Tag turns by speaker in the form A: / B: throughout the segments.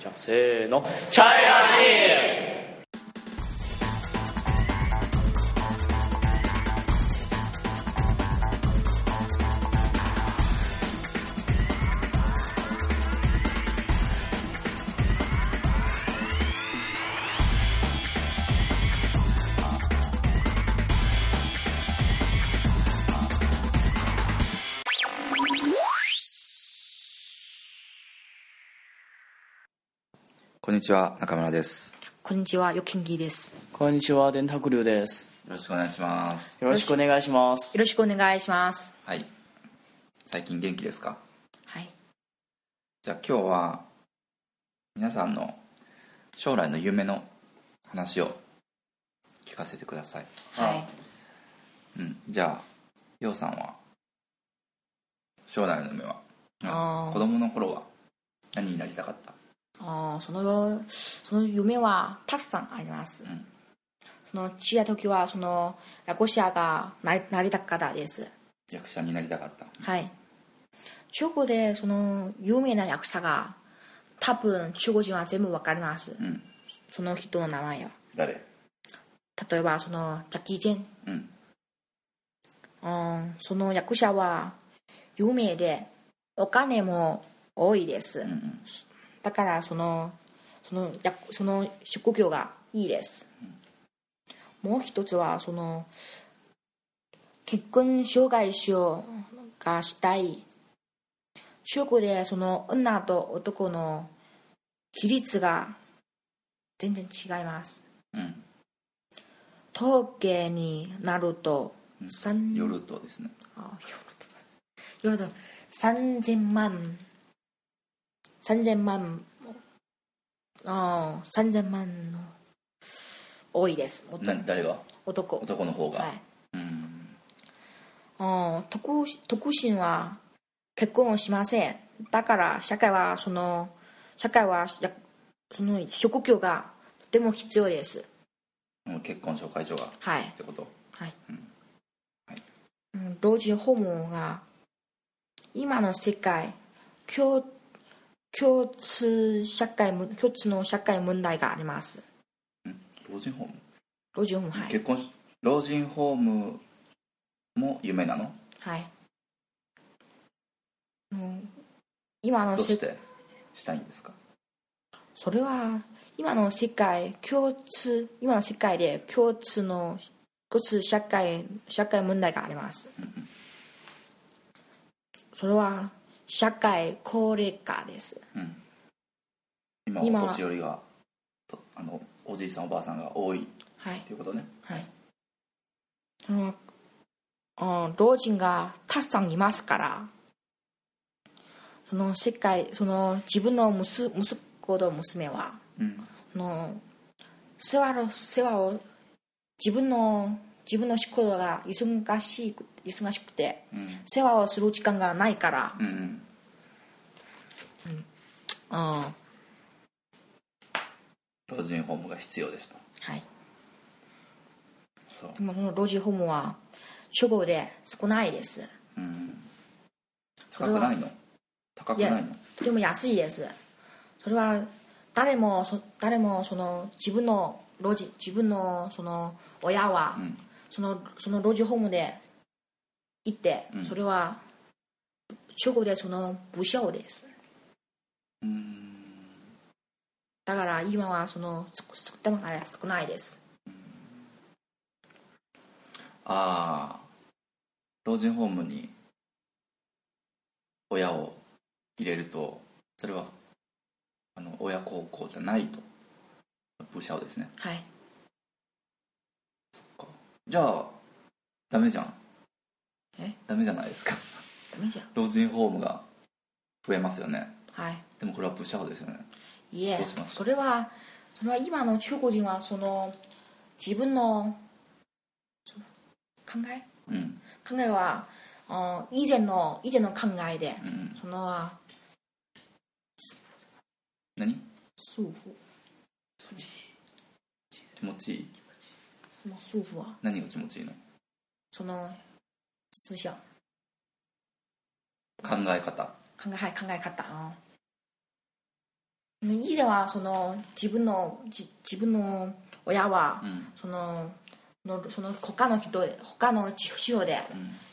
A: じゃあせーのチャイラ
B: こんにちは中村です
C: こんにちは、よきんぎです。
A: ジこんにちは電卓龍です
B: よろしくお願いします
A: よろしくお願いします
C: よろしくお願いします。
B: はい最近元気ですか
C: はい。
B: じゃあ今日は皆さんの将来の夢の話を聞かせてください
C: はい。
B: うんじゃあようさんは将来の夢は
C: あ
B: 子
C: ー
B: 供の頃は何になりたかった
C: あー、その、その夢はたくさんあります。
B: ん
C: その、小さい時は、その、役者がなりなりたかったです。
B: 役者になりたかった
C: はい。中国で、その、有名な役者が、多分、中国人は全部わかります。
B: うん
C: その人の名前は。
B: 誰
C: 例えば、その、ジャッキー・チェン。
B: うん
C: うん、その役者は、有名で、お金も多いです。
B: うんうん
C: だからそのそのやその職業がいいです、もう一つはその結婚障害者がしたい中国でその女と男の比率が全然違います
B: うん
C: 統計になると
B: うん
C: 三
B: 夜とですね
C: あ夜と夜と3000万3000万ああ3000万の多いです男
B: な誰が
C: 男
B: 男の方が、
C: はい
B: うん
C: ああ特特進は結婚をしませんだから社会はその社会はやその職業がとても必要です
B: もう結婚紹介所がっ
C: はい
B: てこと
C: うん老人ホームが今の世界共共通社会む共通の社会問題があります
B: 老人ホーム
C: 老人ホームはい、
B: 結婚し老人ホームも夢なの
C: はいうん、今の
B: どうし
C: 世
B: てしたいんですか
C: それは今の世界共通今の世界で共通の共通社会社会問題がありますそれは社会高齢化です
B: うん今
C: 今
B: お年寄りがとあのおじいさんおばあさんが多いっ
C: はい
B: ていうことね
C: はい。うん、うん老人がたくさんいますから、その世界、その自分の息息子と娘は、
B: うん
C: その世話の世話を自分の自分の仕事が忙しい忙しくて
B: うん
C: 世話をする時間がないから、
B: うんうん
C: うん、は
B: 老人ホームが必要でした
C: い。
B: そう
C: でもその老人ホームは処方で少ないです。
B: うん
C: そ
B: 高
C: れ
B: く
C: は
B: ないの高くないの
C: とても安いですそれは誰もそ誰もその自分の老人自分のその親は
B: うん
C: そのその老人ホームで行って、
B: うん
C: それは中国でその無償です
B: うん
C: だから今はその少少ない少ないです
B: ああ老人ホームに親を入れるとそれはあの親孝行じゃないとブシャオですね
C: はい
B: じゃあダメじゃん
C: え
B: ダメじゃないですか
C: ダメじゃん
B: 老人ホームが増えますよね
C: はい
B: でもこれはブシャオですよね
C: いえ
B: どうしますか
C: それはそれは今の中国人はその自分のその考え
B: うん
C: 考えは、うん以前の以前の考えで
B: うんうん
C: その
B: 何
C: 束缚
B: 気持ちいい
C: 什么束缚啊
B: 何が気持ちいいの
C: その思想
B: 考え方
C: 考えはい考え方あ以前はその自分のじ自分の親は、
B: ん
C: そののその他の人他の地地方で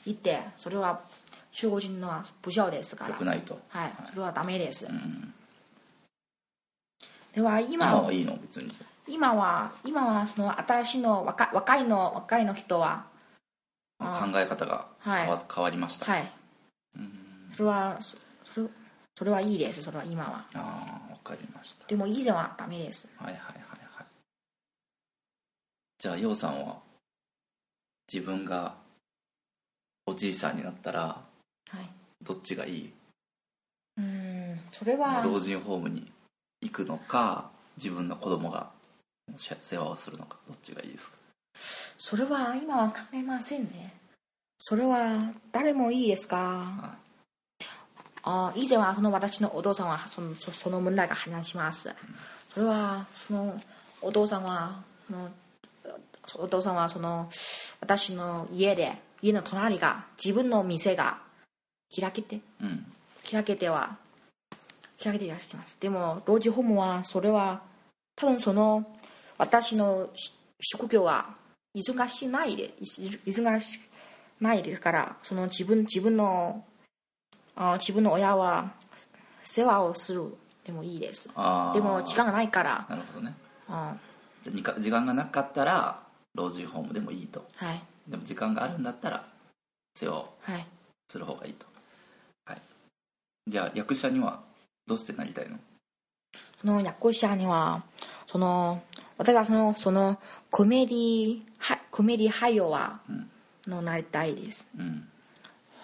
C: 行って、それは中国人のは不肖ですから
B: 良くないと
C: はい、それはダメです、
B: ん
C: では今
B: 今
C: は
B: はいいの別に
C: 今は今はその新しいの若若いの若いの人は
B: 考
C: あ
B: え方が
C: はい
B: 変わ,、変わりました、
C: はいそれはそそれそれはいいですそれは今は
B: ああわかりました
C: でも以前はダメです
B: はいはいはいはいじゃあようさんは自分がおじいさんになったら
C: はい
B: どっちがいい、
C: うんそれは
B: 老人ホームに行くのか自分の子供がし世話をするのかどっちがいいですか
C: それは今は考えませんねそれは誰もいいです
B: は
C: かあ以前はその私のお父さんはそのそその問題が話しますそれはそのお父さんはそのお父さんはその私の家で家の隣が自分の店が開けて
B: うん
C: 開けては開けていらっしゃいますでも老人ホームはそれは多分その私のし職業は忙しないでいし忙しないですからその自分自分のあ自分の親は世話をするでもいいです
B: あー
C: でも時間がないから
B: なるほどね
C: あ
B: じゃあにか時間がなかったら老人ホームでもいいと
C: はい
B: でも時間があるんだったら世話を
C: はい
B: する方がいいとはいじゃあ役者にはどうしてなりたいの
C: その役者にはその私はそのそのコメディはコメディ俳優は
B: うん
C: のなりたいです
B: うん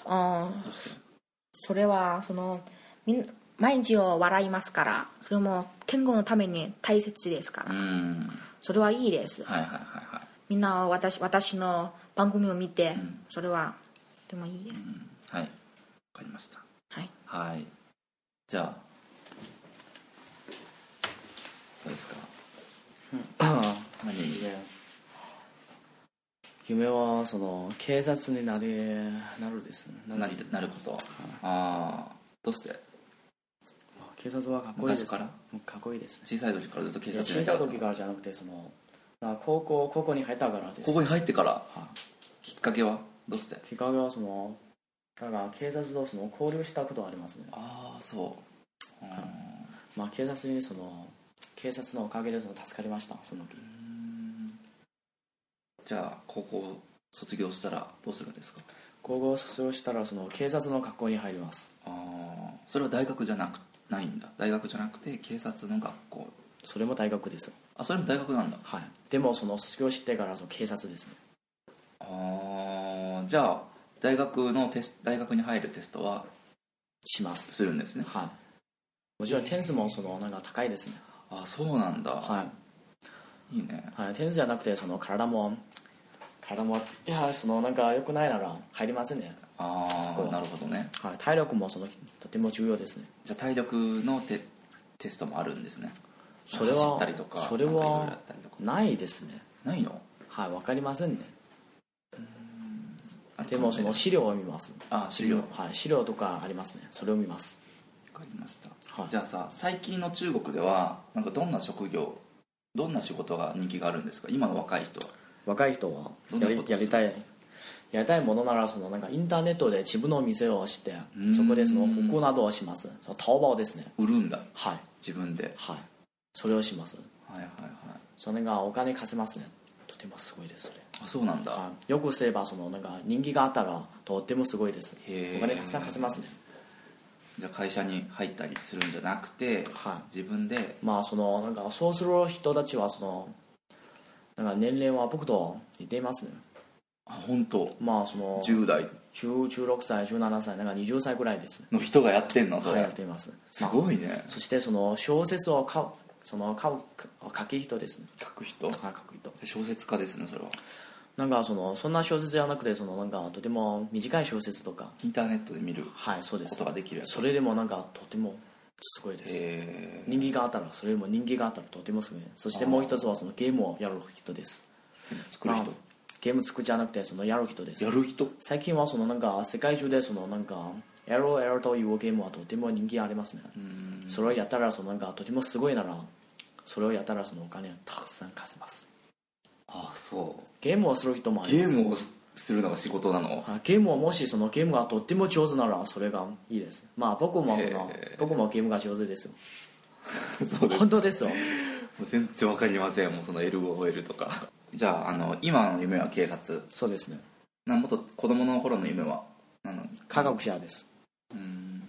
C: あー
B: どうして
C: それはそのみん毎日を笑いますからそれも健康のために大切ですか
B: う
C: ら
B: ん
C: それはいいです
B: はいはいはいはい
C: みんな私私の番組を見て
B: ん
C: それはとてもいいです
B: うんはいわかりました
C: はい
B: はいじゃあどうですか何
A: ね夢はその警察になりなるです
B: なりなることああどうして
A: 警察はかっこいいです
B: 昔から
A: もうかっこいいですね
B: 小さい時からずっと警
A: いや
B: 察
A: 小
B: に
A: さい
B: なり
A: 時
B: たか
A: か
B: っ
A: らじゃなくてそのな高校高校に入ったからで
B: た
A: す
B: ここに入ってから
A: は
B: きっかけはどうして
A: いきっかけはそのだから警察とその交流したことがありますね
B: ああそううん
A: まあ警察にその警察のおかげでその助かりましたその時
B: じゃあ高校卒業したらどうするんですか
A: 高校を卒業したらその警察の学校に入ります
B: ああそれは大学じゃなくないんだ大学じゃなくて警察の学校
A: それも大学です
B: あそれも大学なんだ
A: はいでもその卒業してからその警察ですね
B: あーじゃあ大学のテス大学に入るテストは
A: します
B: するんですね
A: はいもちろん点数もそのなんか高いですね
B: あそうなんだ、
A: はい
B: い、いね
A: はい、点数じゃなくてその体も体もいやそのなんか良くないなら入りませんね、
B: あ
A: こ
B: あ
A: は
B: なるほどね
A: はい、体力もそのとても重要ですね
B: じゃあ体力のテテストもあるんですね
A: それは
B: 走ったりとか
A: それ
B: なんかいろいろや
A: は
B: ったりとか
A: ないですね
B: ないの
A: はいわかりませんね
B: あるか
A: でも
B: し
A: そ
B: れな
A: の
B: い
A: 資料を見ます
B: あ資料わ
A: はい資料とかありますねそれを見ます
B: かりました、
A: はい
B: じゃあさ最近の中国ではなんかどんな職業どんな仕事が人気があるんですか今の若い人は
A: 若い人は
B: どんな
A: や
B: こ
A: り
B: と
A: やりたいやりたいものならそのなんかインターネットで自分の店をして
B: うん
A: そこでその復興などをしますその淘宝ですね
B: 売るんだ
A: はい
B: 自分で
A: はいそれをします
B: はいはいはい
A: それがお金貸せますねとてもすごいですそれ
B: あそうなんだ、
A: はいよくすればそのなんか人気があったらとってもすごいです
B: へー
A: お金たくさん貸せますね
B: じゃあ会社に入ったりするんじゃなくて、
A: はい
B: 自分で
A: まあそのなんかそうする人たちはそのなんか年齢は僕と似ていますね
B: あ本当
A: まあその
B: 10代
A: 10 16歳17歳なんか20歳ぐらいですね
B: の人がやってんのそ
A: はい
B: れ、
A: やっています
B: すごいね
A: そしてその小説を書うその書う書き人ですね
B: 書く人
A: はい書く人
B: 小説家ですねそれは
A: なんかそのそんな小説じゃなくてそのなんかとても短い小説とか
B: インターネットで見るこ
A: はいそうです
B: とができるやつ
A: それでもなんかとてもすごいです
B: へえ
A: 人気があったらそれよりも人気があったらとてもすごいそしてもう一つはそのゲームをやる人です
B: 作る
A: まあ
B: 人
A: ゲーム作っじゃなくてそのやる人です
B: やる人
A: 最近はそのなんか世界中でそのなんか LOL というゲームはとても人気ありますね、
B: うん
A: それをやったらそのなんかとてもすごいならそれをやったらそのお金をたくさん稼げます
B: あそ
A: ゲームをする人も
B: う
A: あり
B: ゲ
A: ます
B: ームをすするのが仕事なの
A: あゲームをもしそのゲームがとっても上手ならそれがいいですまあ僕もその
B: へー
A: 僕もゲームが上手ですよ
B: そうです
A: 本当ですよ
B: もう全然わかりませんもうその LOL とかじゃああの今の夢は警察
A: そうですね
B: なもっと子供の頃の夢はなの
A: 科学者です
B: うん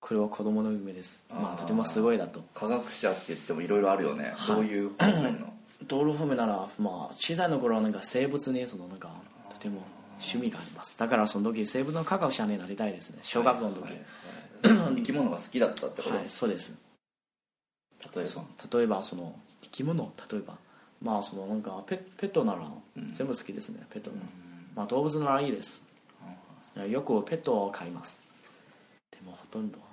A: これは子供の夢ですま
B: あ
A: あ
B: ー
A: とてもすごいだと
B: 科学者って言ってもいろいろあるよね、
A: はい
B: どういう方面の
A: ドールフォームならまあ小さいの頃はなんか生物にそのなんかとても趣味がありますだからその時生物の科学者になりたいですね小学校の時
B: は
A: はいい、
B: はい生き物が好きだったってこと、
A: そうです
B: 例えば
A: 例えばその生き物例えばまあそのなんかペペットなら
B: うん
A: 全部好きですね、ペットのまあ動物ならいいです
B: あ
A: よくペットを飼いますでもほとんどは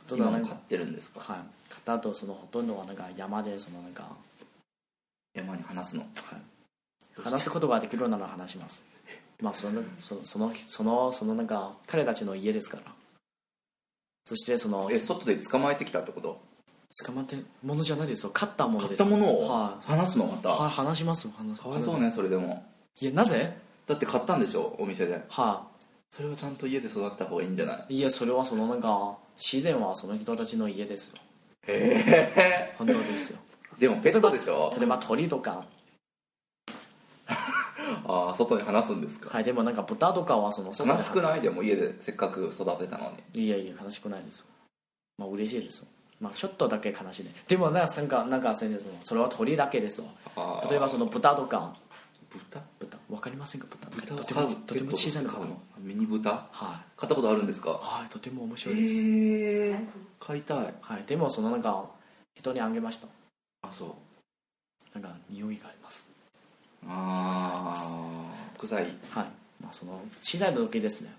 A: ほとんど
B: 今
A: はな
B: も
A: ん
B: 飼
A: か
B: ってるんですか
A: はい飼った後そのほとんどはなんか山でそのなんか、は
B: 山に話すの
A: い、話すことができるなら話しますまあそのそのそのそのそのなんか彼たちの家ですからそしてその
B: え外で捕まえてきたってこと
A: 捕まってものじゃないですよ飼ったもの
B: 買っ
A: です
B: たものを
A: は
B: 話すのま
A: い、は
B: た
A: い、話します話す
B: かわいそうねそれでも
A: いやなぜ
B: だって買ったんでしょお店で
A: は
B: それをちゃんと家で育てた方がいいんじゃない
A: いいやそれはそのなんか自然はその人たちの家ですよ
B: へ
A: 本当ですよ
B: えでもペットでしょ
A: 例えば鳥とか
B: ああ外に話すんですか
A: はいでもなんか豚とかはその
B: 悲しく
A: な
B: ないでも家でせっかく育てたのに
A: いいやいや悲しくないですよまあ嬉しいですよまあちょっとだけ悲しいねでもなんかなんかなんか先生そのそれは鳥だけですよ
B: あー
A: 例えばその豚とか
B: 豚
A: 豚わかりませんか豚
B: 豚を
A: とて
B: 飼
A: も
B: う
A: とても小さいの
B: ペッ
A: か
B: トを飼う
A: も
B: のミニ豚
A: は
B: 買ったことあるんです
A: い
B: か
A: はいとても面
B: へ
A: 白いです、
B: え買いたい
A: はいでもそのなんか人にあげました
B: あそう
A: なんか匂いがあります
B: ああ臭い
A: はいまあその小さい時ですね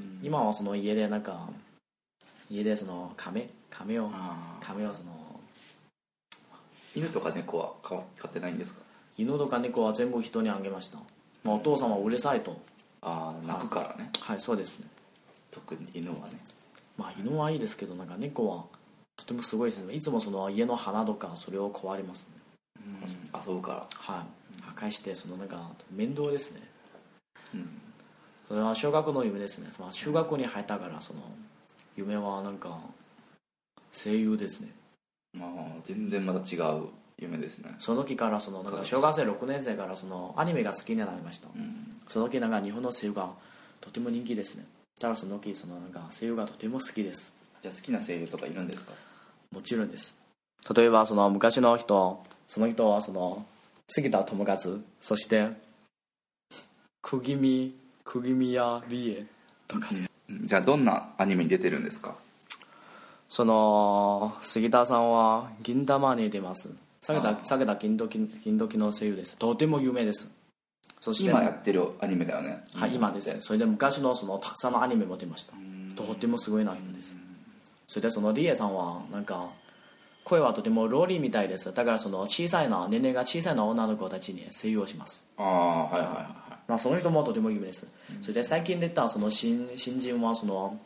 B: うん
A: 今はその家でなんか家でその亀亀を
B: あー
A: 亀をその
B: 犬とか猫は飼わ飼ってないんですか
A: 犬とか猫は全部人にあげました、まあ、お父さんはうるさいと
B: ああ泣くからね
A: はいそうですね
B: 特に犬はね
A: まあ犬はいいですけどなんか猫はとてもすごいですねいつもその家の花とかそれを壊れますね
B: 遊ぶから
A: はい破壊してそのなんか面倒ですね
B: うん
A: それは小学校の夢ですね、まあ、中学校に入ったからその夢はなんか声優ですね
B: まあ全然また違う夢ですね
A: その時からそのなんか小学生6年生からそのアニメが好きになりました
B: うん
A: その時なんか日本の声優がとても人気ですねだからその時そのなんか声優がとても好きです
B: じゃあ好きな声優とかいるんですか
A: もちろんです例えばその昔の人その人はその杉田智和そして小気味小気味や理恵とかです
B: うんじゃあどんなアニメに出てるんですか
A: その杉田さんは銀玉に出ます下げ
B: あ
A: た
B: ー
A: 下げた銀時銀時の声優ですとても有名ですそして
B: 今やってるアニメだよね
A: はい、今ですねそれで昔のそのたくさんのアニメも出ました
B: ん
A: とてもすごいな人ですそれでそのリエさんはなんか声はとてもローリーみたいですだからその小さいな年齢が小さいな女の子たちに声優をします
B: ああはいはいは
A: まあその人もとても有名ですそれで最近出たその新新人はその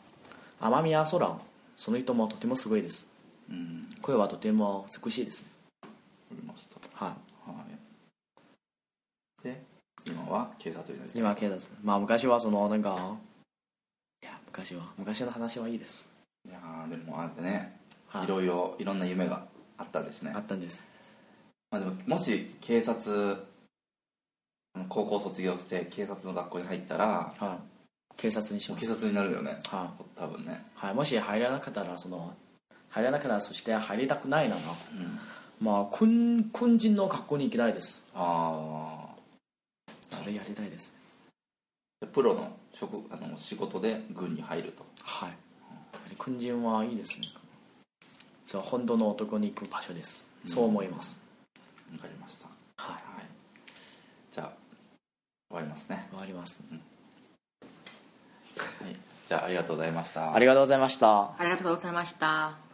A: 雨宮空その人もとてもすごいです
B: いうんわか
A: 声はとても美しいですね
B: りました
A: は
B: はいで今は警察になり
A: い今警察まあ昔はそのなんかいや昔は昔の話はいいです
B: いやーでもあれだね
A: はい
B: いろいろいろんな夢があったんですね
A: あったんです
B: まあ、でももし警察あの高校卒業して警察の学校に入ったら
A: はい警察にします
B: 警察になるよね
A: はい
B: 多分ね、
A: はい、もし入らなかったらその入らなかったらそして入りたくないなら、
B: うん、
A: まあ、軍軍人の学校に行きたいです
B: あ
A: それやりたいです
B: あプロの職あの仕事で軍に入ると
A: はいやはり軍人はいいですねそう本当の男に行く場所です、
B: うん
A: そう思います
B: わかりました
A: は
B: はいじゃあ終わりますね
A: いわかります
B: じゃあありがとうございました
A: ありがとうございました
C: ありがとうございました。